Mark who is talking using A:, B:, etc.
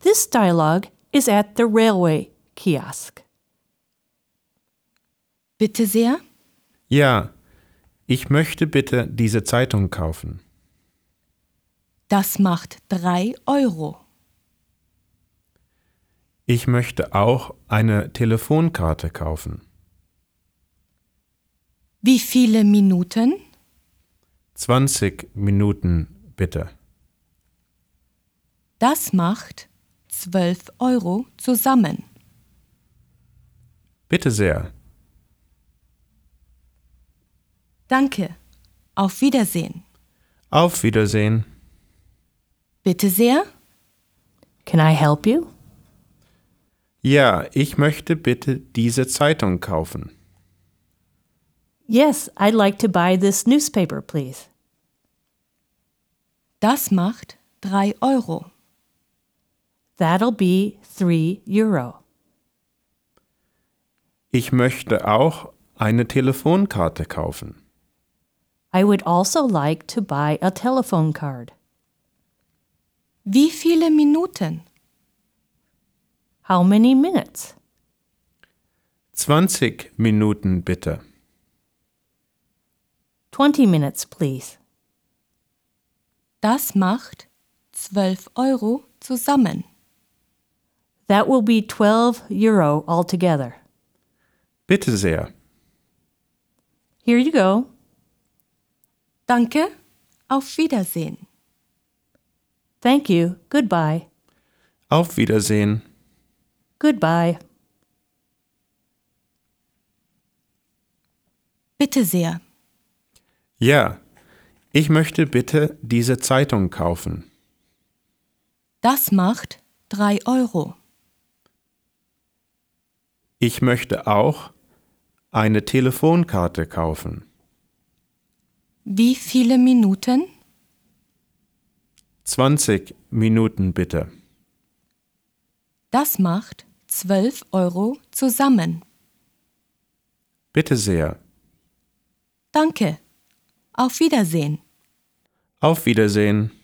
A: This dialogue is at the railway kiosk.
B: Bitte sehr.
C: Ja, ich möchte bitte diese Zeitung kaufen.
B: Das macht drei Euro.
C: Ich möchte auch eine Telefonkarte kaufen.
B: Wie viele Minuten?
C: 20 Minuten bitte.
B: Das macht zwölf Euro zusammen.
C: Bitte sehr.
B: Danke. Auf Wiedersehen.
C: Auf Wiedersehen.
B: Bitte sehr.
A: Can I help you?
C: Ja, ich möchte bitte diese Zeitung kaufen.
A: Yes, I'd like to buy this newspaper, please.
B: Das macht drei Euro.
A: That'll be 3 euro.
C: Ich möchte auch eine Telefonkarte kaufen.
A: I would also like to buy a telephone card.
B: Wie viele Minuten?
A: How many minutes?
C: 20 Minuten bitte.
A: 20 minutes, please.
B: Das macht zwölf Euro zusammen.
A: That will be 12 euro altogether.
C: Bitte sehr.
A: Here you go.
B: Danke. Auf Wiedersehen.
A: Thank you. Goodbye.
C: Auf Wiedersehen.
A: Goodbye.
B: Bitte sehr.
C: Ja, ich möchte bitte diese Zeitung kaufen.
B: Das macht drei Euro.
C: Ich möchte auch eine Telefonkarte kaufen.
B: Wie viele Minuten?
C: 20 Minuten bitte.
B: Das macht zwölf Euro zusammen.
C: Bitte sehr.
B: Danke. Auf Wiedersehen.
C: Auf Wiedersehen.